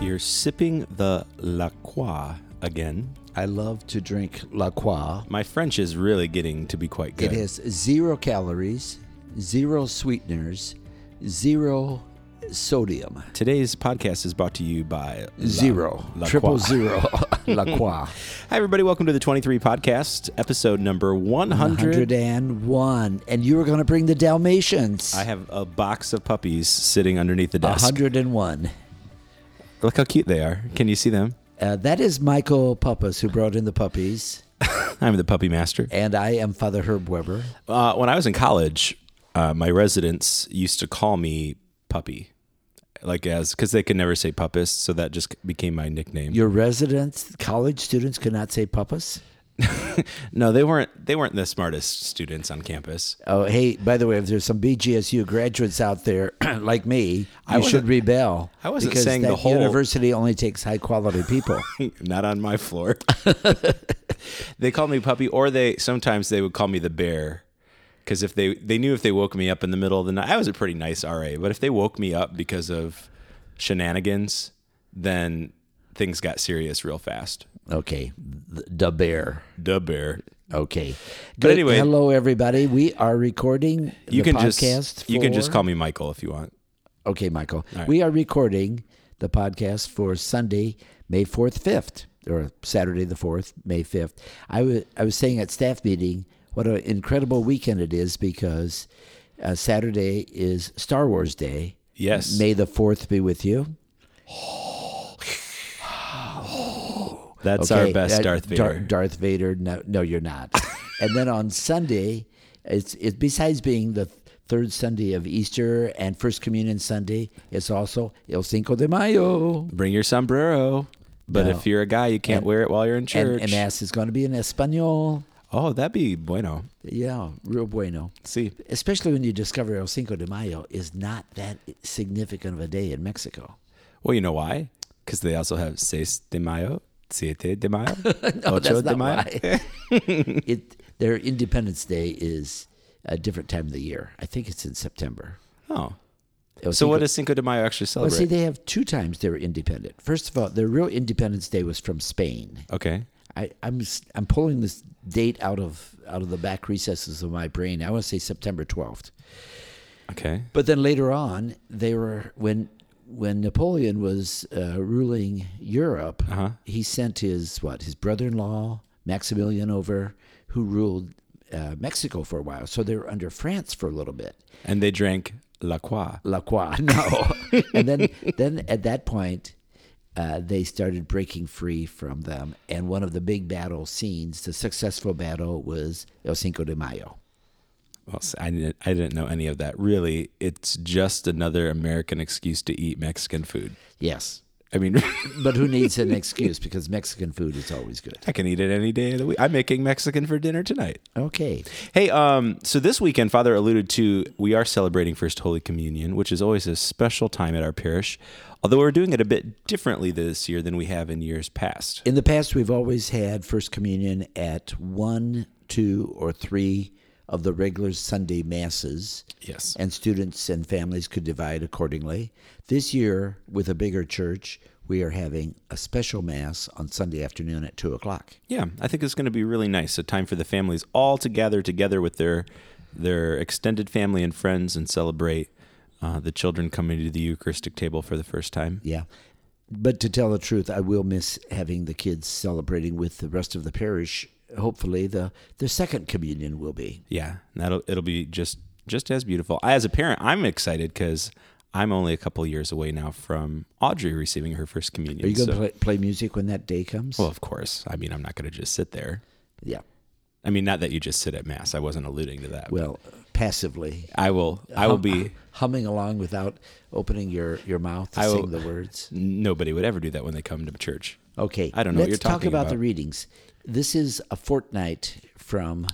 we are sipping the La Croix again. I love to drink La Croix. My French is really getting to be quite good. It has zero calories, zero sweeteners, zero sodium. Today's podcast is brought to you by La- Zero. La Croix. Triple zero. La Croix. Hi, everybody. Welcome to the 23 Podcast, episode number 100. 101. And you were going to bring the Dalmatians. I have a box of puppies sitting underneath the desk. 101. Look how cute they are. Can you see them? Uh, that is Michael Puppas who brought in the puppies. I'm the puppy master. And I am Father Herb Weber. Uh, when I was in college, uh, my residents used to call me puppy, like as because they could never say puppist, so that just became my nickname. Your residents, college students could not say Puppas? no, they weren't. They weren't the smartest students on campus. Oh, hey, by the way, if there's some BGSU graduates out there like me, you wasn't- should rebel. I wasn't because saying the that whole- university only takes high quality people. Not on my floor. they called me puppy, or they sometimes they would call me the bear. Because if they they knew if they woke me up in the middle of the night, I was a pretty nice RA. But if they woke me up because of shenanigans, then things got serious real fast. okay, the the bear. The bear. Okay, But anyway- hello everybody. We are recording. you the can podcast just you can just for- call me Michael if you want. Okay, Michael. We are recording the podcast for Sunday, May 4th, 5th, or Saturday the 4th, May 5th. I wa- I was saying at staff meeting what an incredible weekend it is because uh, Saturday is Star Wars Day. Yes. May the 4th be with you. That's our best that- Darth Uh, Dar- Vader. Darth Vader. No, no, you're not. and then on Sunday, it's it besides being the third Sunday of Easter and First Communion Sunday, it's also El Cinco de Mayo. Bring your sombrero. But No. if you're a guy, you can't wear it while you're in And, church. and mass is going to be in Espanol. oh, that'd be bueno. Yeah, real bueno. See, Especially when you discover El Cinco de Mayo is not that significant of a day in Mexico. well, you know why? Because they also have seis de mayo, siete de mayo, ocho That's de not mayo. why. it, their Independence Day is a different time of the year. I think it's in September. Oh, El so what Cinco- does Cinco de Mayo actually Well, celebrate? see, they have two times they were independent. First of all, their real Independence Day was from Spain. okay, I, I'm s- I'm pulling this date out of out of the back recesses of my brain. I want to say September 12th. okay, But then later on, they were when when Napoleon was uh, ruling Europe, Uh-huh. he sent his what his brother-in-law Maximilian over, who ruled uh, Mexico for a while. So they were under France for a little bit. and they drank La Croix. La Croix. No. and then, then at that point, uh, they started breaking free from them. And one of the big battle scenes, the successful battle, was El Cinco de Mayo. Well, see, I didn't, I didn't know any of that. Really, it's just another American excuse to eat Mexican food. Yes. I mean, But who needs an excuse? Because Mexican food is always good. I can eat it any day of the week. I'm making Mexican for dinner tonight. Okay. Hey, um, so this weekend, Father alluded to we are celebrating First Holy Communion, which is always a special time at our parish, although we're doing it a bit differently this year than we have in years past. In the past, we've always had First Communion at one, two, or three of the regular Sunday masses. Yes. and students and families could divide accordingly. This year, with a bigger church, we are having a special mass on Sunday afternoon at two o'clock. Yeah, I think it's going to be really nice. A time for the families all to gather together with their their extended family and friends and celebrate uh, the children coming to the Eucharistic table for the first time. Yeah. But to tell the truth, I will miss having the kids celebrating with the rest of the parish. Hopefully, the, the second communion will be. Yeah, and that'll it'll be just just as beautiful. As a parent, I'm excited because I'm only a couple years away now from Audrey receiving her first communion. Are you going to so- play, play music when that day comes? well, of course. I mean, I'm not going to just sit there. yeah. I mean, not that you just sit at mass. I wasn't alluding to that. Well, passively. I will. I will be. Humming along without opening your, your mouth to I will- sing the words. Nobody would ever do that when they come to church. Okay. I don't know what Let's you're talk talking about, the about. readings. This is a fortnight from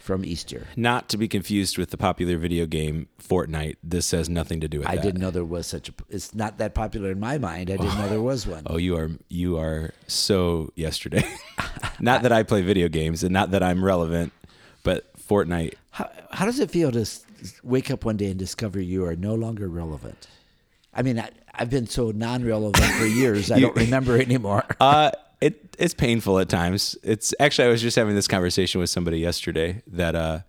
from Easter. Not to be confused with the popular video game Fortnite. This has nothing to do with I that. didn't know there was such a. It's not that popular in my mind. I didn't know there was one. Oh, you are you are so yesterday. not that I play video games and not that I'm relevant, but Fortnite How, how does it feel to s- wake up one day and discover you are no longer relevant? I mean, I, I've been so non-relevant for years. I don't remember anymore. Uh, it it's painful at times. It's actually I was just having this conversation with somebody yesterday that uh,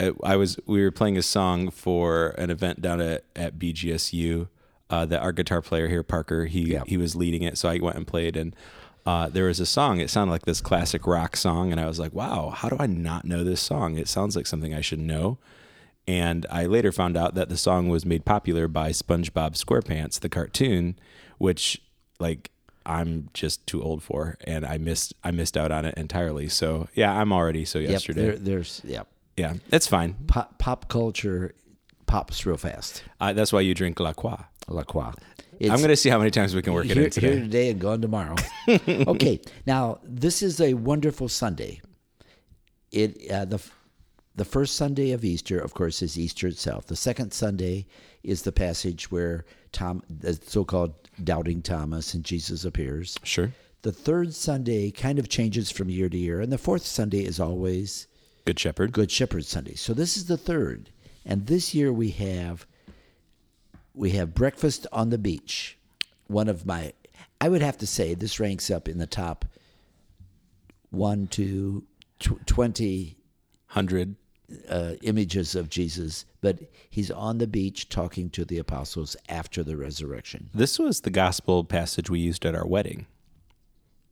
I, I was we were playing a song for an event down at at BGSU. Uh, that our guitar player here, Parker, he Yeah. he was leading it, so I went and played and. Uh, there was a song. It sounded like this classic rock song, and I was like, "Wow, how do I not know this song? It sounds like something I should know." And I later found out that the song was made popular by SpongeBob SquarePants, the cartoon, which like I'm just too old for, and I missed I missed out on it entirely. So yeah, I'm already so Yep, yesterday. there, there's yeah, yeah, that's fine. pop, pop culture pops real fast. Uh, that's why you drink La Croix. La Croix. It's I'm gonna see how many times we can work it here, in today. here today and gone tomorrow. okay, now this is a wonderful Sunday. It uh, the f- the first Sunday of Easter, of course, is Easter itself. The second Sunday is the passage where Tom, the so-called doubting Thomas, and Jesus appears. Sure. The third Sunday kind of changes from year to year, and the fourth Sunday is always Good Shepherd. Good Shepherd Sunday. So this is the third, and this year we have we have breakfast on the beach. One of my, I would have to say this ranks up in the top one to tw- twenty Hundred. uh, images of Jesus, but he's on the beach talking to the apostles after the resurrection. This was the gospel passage we used at our wedding.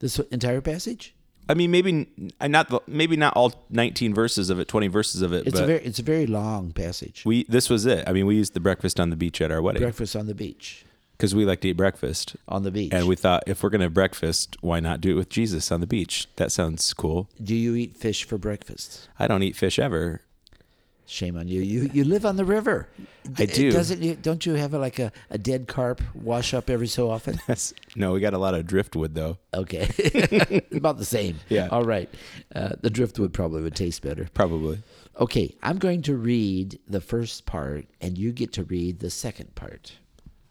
This entire passage. I mean, maybe n- not the, maybe not all 19 verses of it, 20 verses of it, It's but a very it's a very long passage. we this was it. I mean, we used the breakfast on the beach at our wedding breakfast on the beach. because we like to eat breakfast. On the beach. And we thought if we're going to have breakfast, why not do it with Jesus on the beach? That sounds cool. Do you eat fish for breakfast? I don't eat fish ever. Shame on you. You you live on the river. I It do. Doesn't you? Don't you have like a, a dead carp wash up every so often? That's, no, we got a lot of driftwood though. Okay, about the same. Yeah. All right. Uh, the driftwood probably would taste better. Probably. Okay, I'm going to read the first part, and you get to read the second part.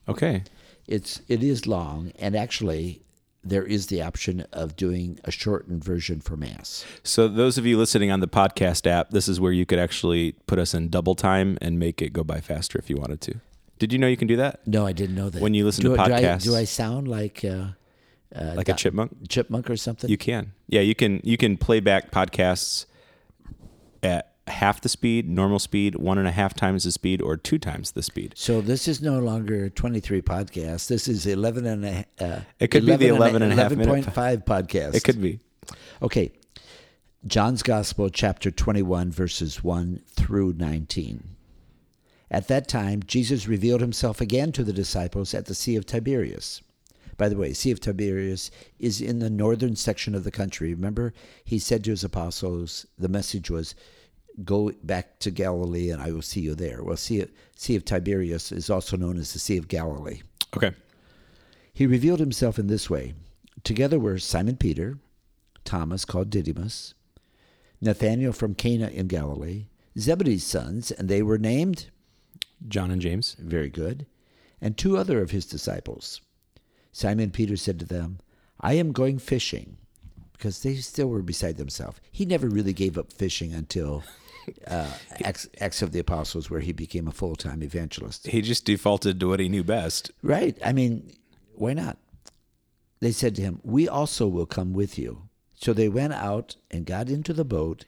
Okay. It's it is long, and actually, there is the option of doing a shortened version for mass. So those of you listening on the podcast app, this is where you could actually put us in double time and make it go by faster if you wanted to. Did you know you can do that? No, I didn't know that. When you listen do, to I- do podcasts. I, do I sound like uh, Like a chipmunk? chipmunk or something? You can. Yeah, you can you can play back podcasts at half the speed, normal speed, one and a half times the speed, or two times the speed. So this is no longer 23 podcasts. This is 11 and a uh, It could be the 11 and a half minute 11.5 podcast. It could be. Okay. John's Gospel chapter 21 verses 1 through 19. At that time Jesus revealed himself again to the disciples at the Sea of Tiberias. By the way, Sea of Tiberias is in the northern section of the country. Remember, he said to his apostles, the message was, Go back to Galilee and I will see you there. Well, Sea of, sea of Tiberias is also known as the Sea of Galilee. Okay. He revealed himself in this way. Together were Simon Peter, Thomas called Didymus, Nathanael from Cana in Galilee, Zebedee's sons, and they were named, John and James. very good, and two other of his disciples. Simon Peter said to them, I am going fishing, because they still were beside themselves. He never really gave up fishing until uh, Acts, Acts of the Apostles, where he became a full time evangelist. He just defaulted to what he knew best. Right. I mean, why not? They said to him, We also will come with you. So they went out and got into the boat,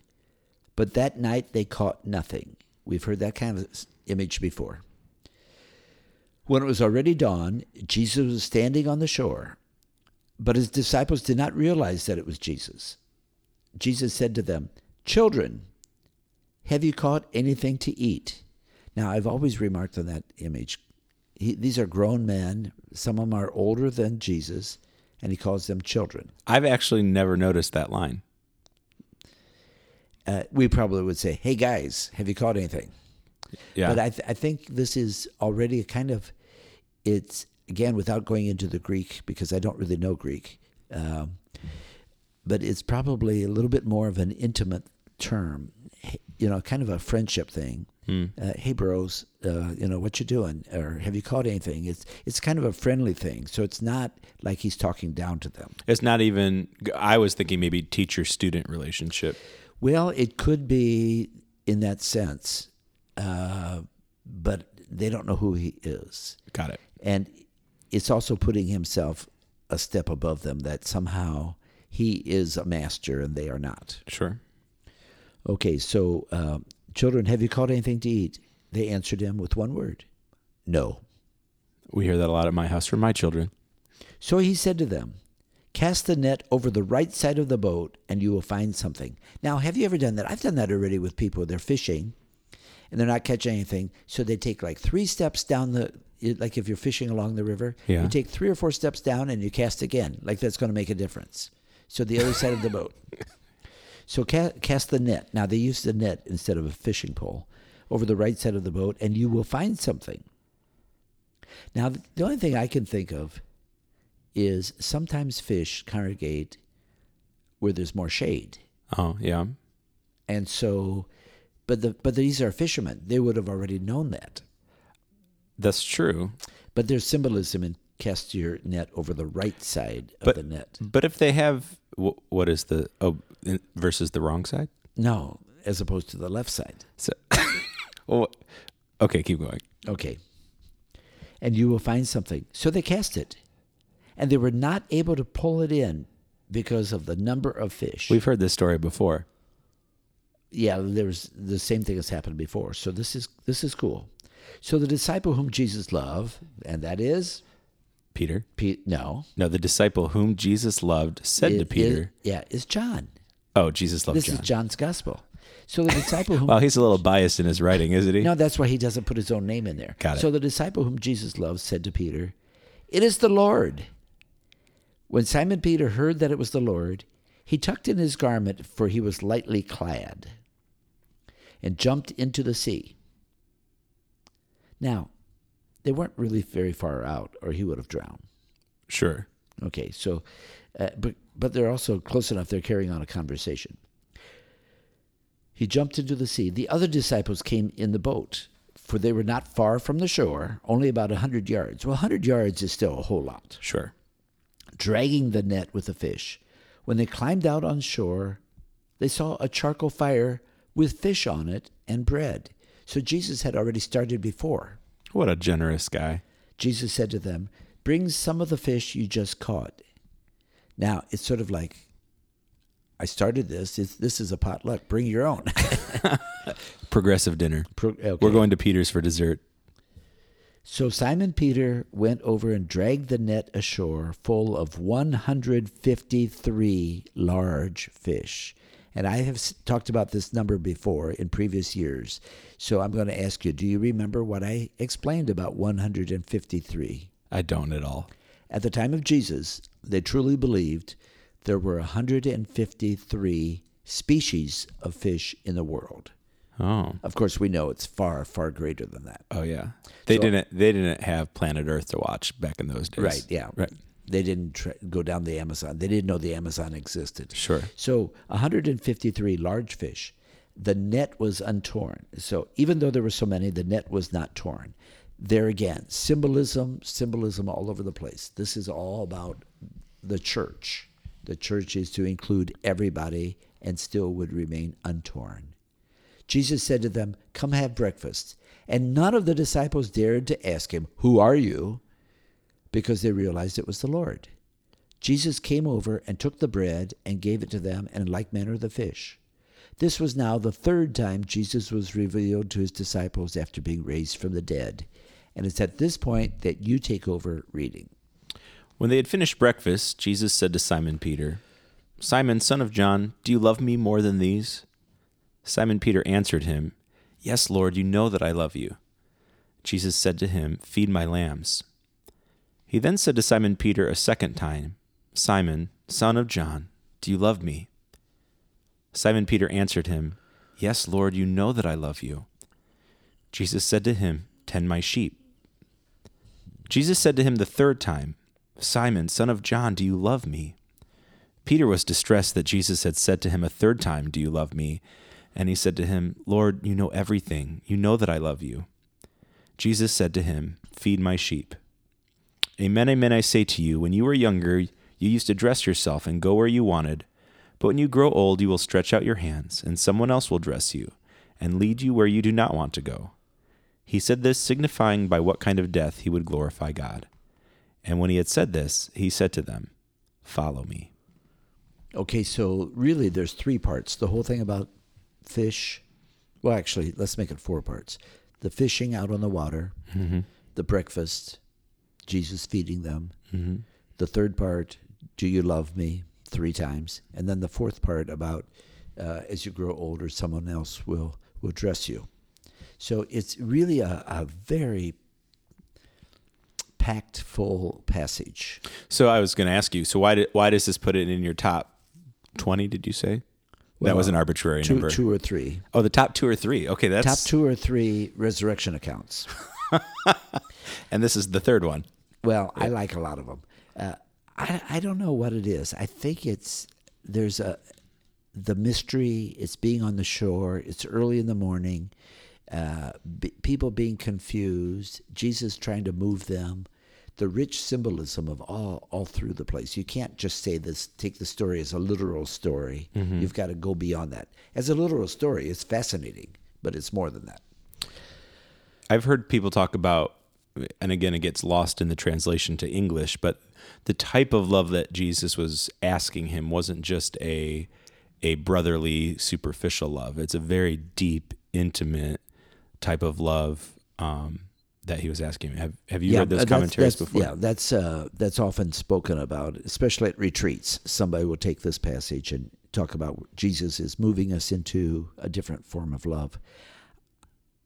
but that night they caught nothing. We've heard that kind of s- image before. When it was already dawn, Jesus was standing on the shore, but his disciples did not realize that it was Jesus. Jesus said to them, Children, have you caught anything to eat? Now, I've always remarked on that image. He, these are grown men. Some of them are older than Jesus, and he calls them children. I've actually never noticed that line. Uh, we probably would say, Hey, guys, have you caught anything? Yeah. But I, th- I think this is already a kind of, it's again without going into the Greek because I don't really know Greek, um, but it's probably a little bit more of an intimate term, H- you know, kind of a friendship thing. Uh, hey, bros, uh, you know what you doing, or have you caught anything? It's it's kind of a friendly thing, so it's not like he's talking down to them. it's not even I was thinking maybe teacher student relationship. Well, it could be in that sense, uh, but they don't know who he is. Got it. And it's also putting himself a step above them that somehow he is a master and they are not. Sure. Okay, so uh, children, have you caught anything to eat? They answered him with one word No. We hear that a lot at my house from my children. So he said to them, Cast the net over the right side of the boat and you will find something. Now, have you ever done that? I've done that already with people. They're fishing and they're not catching anything. So they take like three steps down the, like if you're fishing along the river, Yeah. you take three or four steps down and you cast again. Like that's going to make a difference. So the other side of the boat. So ca- cast the net. Now they used a net instead of a fishing pole over the right side of the boat and you will find something. Now, the only thing I can think of is sometimes fish congregate where there's more shade. Oh, yeah. And so, but the but these are fishermen. They would have already known that. That's true. But there's symbolism in cast your net over the right side of But- the net. But if they have, wh- what is the, oh, in- versus the wrong side? No, as opposed to the left side. So, well, okay, keep going. Okay. And you will find something. So they cast it. And they were not able to pull it in because of the number of fish. We've heard this story before. yeah, there's the same thing has happened before. So this is this is cool. So the disciple whom Jesus loved, and that is Peter. Pe- no No, the disciple whom Jesus loved said to it- Peter, it- yeah, is John. Oh, Jesus loved This John. is John's gospel. So the disciple whom Well, he's a little biased in his writing, isn't he? no, that's why he doesn't put his own name in there. Got it. So the disciple whom Jesus loved said to Peter, "It is the Lord." When Simon Peter heard that it was the Lord, he tucked in his garment, for he was lightly clad, and jumped into the sea. Now, they weren't really very far out, or he would have drowned. Sure. Okay, so, uh, but but they're also close enough; they're carrying on a conversation. He jumped into the sea. The other disciples came in the boat, for they were not far from the shore, only about a hundred yards. Well, a hundred yards is still a whole lot. Sure. Dragging the net with the fish, when they climbed out on shore, they saw a charcoal fire with fish on it and bread. So Jesus had already started before. What a generous guy. Jesus said to them, Bring some of the fish you just caught. Now, it's sort of like, I started this. It's, this is a potluck. Bring your own. Progressive dinner. Pro- okay. We're going to Peter's for dessert. so Simon Peter went over and dragged the net ashore full of 153 large fish. And I have s- talked about this number before in previous years. So I'm going to ask you do you remember what I explained about 153? I don't at all. At the time of Jesus, they truly believed there were 153 species of fish in the world. Oh. Of course, we know it's far, far greater than that. Oh yeah. They didn't they didn't have planet Earth to watch back in those days. Right, yeah. Right. They didn't tr go down the Amazon. They didn't know the Amazon existed. Sure. So 153 large fish. The net was untorn. So even though there were so many, the net was not torn. There again, symbolism, symbolism all over the place. This is all about the church. The church is to include everybody and still would remain untorn. Jesus said to them, Come have breakfast. And none of the disciples dared to ask him, Who are you? because they realized it was the Lord. Jesus came over and took the bread and gave it to them, and in like manner the fish. This was now the third time Jesus was revealed to his disciples after being raised from the dead. And it's at this point that you take over reading. When they had finished breakfast, Jesus said to Simon Peter, Simon, son of John, do you love me more than these? Simon Peter answered him, Yes, Lord, you know that I love you. Jesus said to him, Feed my lambs. He then said to Simon Peter a second time, Simon, son of John, do you love me? Simon Peter answered him, Yes, Lord, you know that I love you. Jesus said to him, Tend my sheep. Jesus said to him the third time, Simon, son of John, do you love me? Peter was distressed that Jesus had said to him a third time, Do you love me? And he said to him, Lord, you know everything. You know that I love you. Jesus said to him, Feed my sheep. Amen, amen, I say to you, when you were younger, you used to dress yourself and go where you wanted. But when you grow old, you will stretch out your hands, and someone else will dress you and lead you where you do not want to go. He said this, signifying by what kind of death he would glorify God. And when he had said this, he said to them, Follow me. Okay, so really there's three parts. The whole thing about fish. Well, actually, let's make it four parts. The fishing out on the water, the breakfast, Jesus feeding them. The third part, do you love me? Three times. And then the fourth part about uh, as you grow older, someone else will, will dress you. So it's really a, a very packed full passage. So I was going to ask you, so why, did, why does this put it in your top 20, did you say? that was an arbitrary Two, number. two or three. Oh, the top two or three. Okay, that's. Top two or three resurrection accounts. And this is the third one. Well, I like a lot of them. Uh, I I don't know what it is. I think it's there's a the mystery. It's being on the shore. It's early in the morning. Uh, b- people being confused. Jesus trying to move them. The rich symbolism of all all through the place. You can't just say this. Take the story as a literal story. You've got to go beyond that. As a literal story, it's fascinating, but it's more than that. I've heard people talk about, and again, it gets lost in the translation to English, but the type of love that Jesus was asking him wasn't just a a brotherly, superficial love. It's a very deep, intimate type of love um, that he was asking. Have Have you read uh, those that's- commentaries that's- before? Yeah, that's uh, that's often spoken about, especially at retreats. Somebody will take this passage and talk about Jesus is moving us into a different form of love.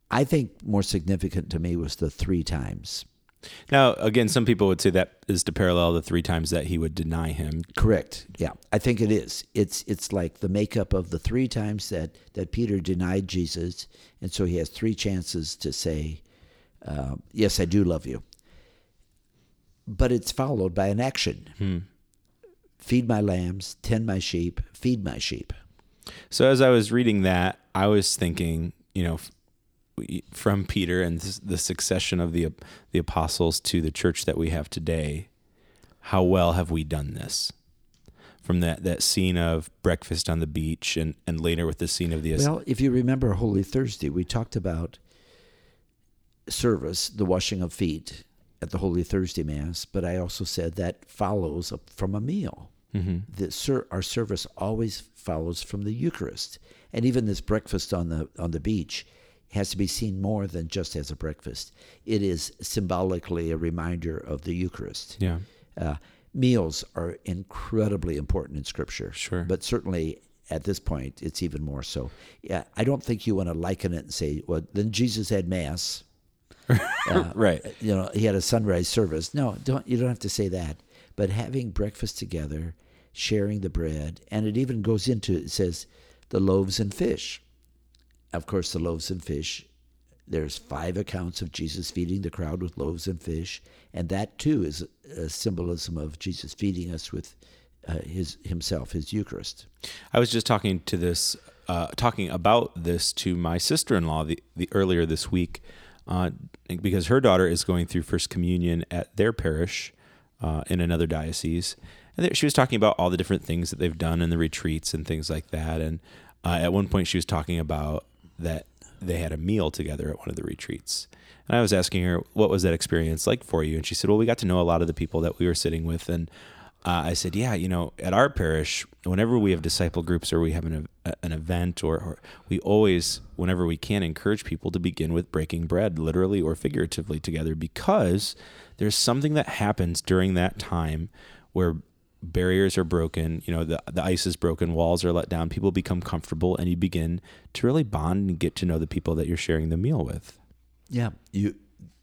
I think more significant to me was the three times. Now, again, some people would say that is to parallel the three times that he would deny him. Correct. Yeah, I think it is. It's it's like the makeup of the three times that that Peter denied Jesus, and so he has three chances to say, uh, "Yes, I do love you." But it's followed by an action: feed my lambs, tend my sheep, feed my sheep. So as I was reading that, I was thinking, you know, f- we- from Peter and s- the succession of the the apostles to the church that we have today, how well have we done this? From that that scene of breakfast on the beach and and later with the scene of the Well, if you remember Holy Thursday, we talked about service, the washing of feet at the Holy Thursday Mass, but I also said that follows up from a meal. Mm-hmm. The, ser- our service always follows from the Eucharist, and even this breakfast on the on the beach has to be seen more than just as a breakfast. It is symbolically a reminder of the Eucharist. yeah. Uh, meals are incredibly important in Scripture. Sure. But certainly at this point, it's even more so. Yeah, I don't think you want to liken it and say, well, then Jesus had Mass. right. Uh, You know, he had a sunrise service. No, don't you don't have to say that. But having breakfast together, sharing the bread, and it even goes into it says the loaves and fish. Of course, the loaves and fish. There's five accounts of Jesus feeding the crowd with loaves and fish, and that too is a symbolism of Jesus feeding us with uh, his himself, his Eucharist. I was just talking to this, uh, talking about this to my sister in law the, the earlier this week, uh, because her daughter is going through first communion at their parish uh, in another diocese, and there, she was talking about all the different things that they've done in the retreats and things like that. And uh, at one point, she was talking about that they had a meal together at one of the retreats. And I was asking her, what was that experience like for you? And she said, well, we got to know a lot of the people that we were sitting with. And uh, I said, yeah, you know, at our parish, whenever we have disciple groups or we have an, ev- an event or, or we always, whenever we can, encourage people to begin with breaking bread, literally or figuratively together, because there's something that happens during that time where barriers are broken you know the, the ice is broken walls are let down people become comfortable and you begin to really bond and get to know the people that you're sharing the meal with Yeah, you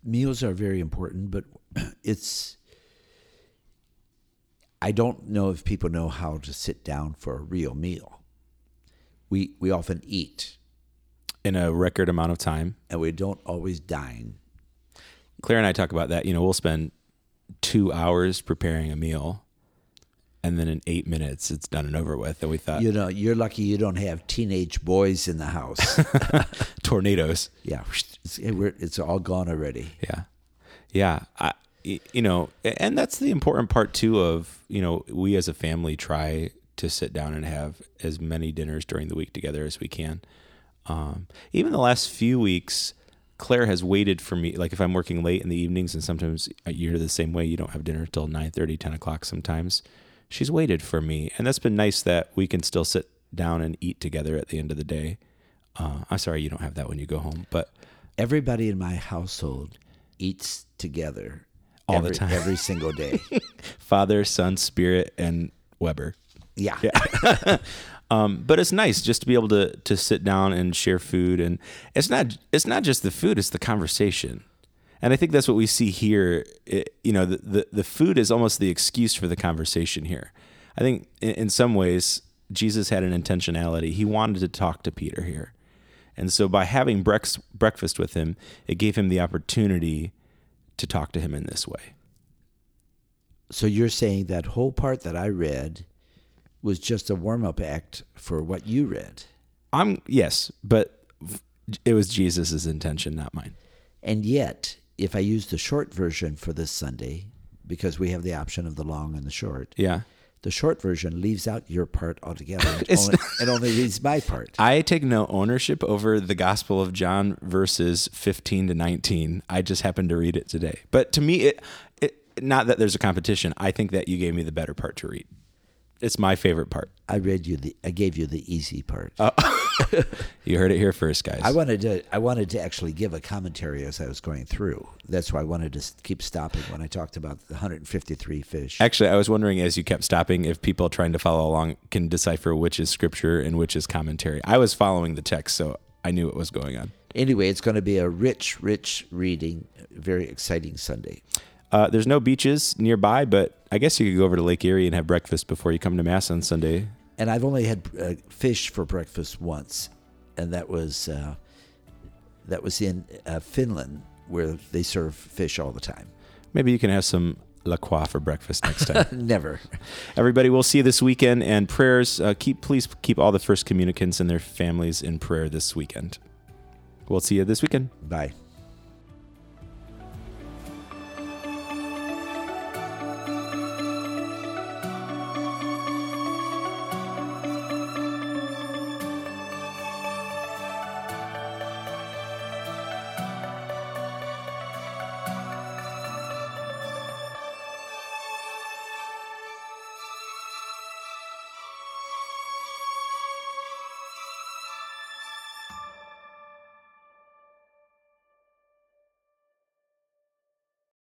meals are very important, but it's I don't know if people know how to sit down for a real meal. We we often eat in a record amount of time and we don't always dine. claire and i talk about that you know we'll spend two hours preparing a meal and then in eight minutes it's done and over with and we thought You know, you're lucky you don't have teenage boys in the house. tornadoes yeah, it's, it- we're- it's all gone already. Yeah. Yeah. I, y- you know, and that's the important part too of, you know, we as a family try to sit down and have as many dinners during the week together as we can. Um, even the last few weeks, Claire has waited for me. Like if I'm working late in the evenings, and sometimes you're the same way. You don't have dinner till 9, 10 o'clock sometimes. She's waited for me, and that's been nice that we can still sit down and eat together at the end of the day. Uh, I'm sorry you don't have that when you go home, but Everybody in my household eats together All the every, time. every single day. Father, Son, Spirit, and Weber. yeah. Um, but it's nice just to be able to to sit down and share food, and it's not it's not just the food; it's the conversation. And I think that's what we see here. It, you know, the, the the food is almost the excuse for the conversation here. I think in, in some ways Jesus had an intentionality; he wanted to talk to Peter here, and so by having brex, breakfast with him, it gave him the opportunity to talk to him in this way. So you're saying that whole part that I read was just a warm up act for what you read. I'm yes, but it was Jesus' intention, not mine. And yet, if I use the short version for this Sunday, because we have the option of the long and the short, Yeah. the short version leaves out your part altogether. It, only, it only reads my part. I take no ownership over the Gospel of John verses 15 to 19. I just happened to read it today. But to me, it, it not that there's a competition. I think that you gave me the better part to read. It's my favorite part. I read you the. I gave you the easy part. You heard it here first, guys. I wanted to. I wanted to actually give a commentary as I was going through. That's why I wanted to s- keep stopping when I talked about the 153 fish. Actually, I was wondering as you kept stopping if people trying to follow along can decipher which is scripture and which is commentary. I was following the text, so I knew what was going on. Anyway, it's going to be a rich, rich reading, very exciting Sunday. Uh, there's no beaches nearby, but I guess you could go over to Lake Erie and have breakfast before you come to Mass on Sunday. and I've only had uh, fish for breakfast once, and that was uh, that was in uh, Finland where they serve fish all the time. Maybe you can have some La Croix for breakfast next time. Never. Everybody, we'll see you this weekend. And prayers, uh, keep please keep all the first communicants and their families in prayer this weekend. We'll see you this weekend. Bye.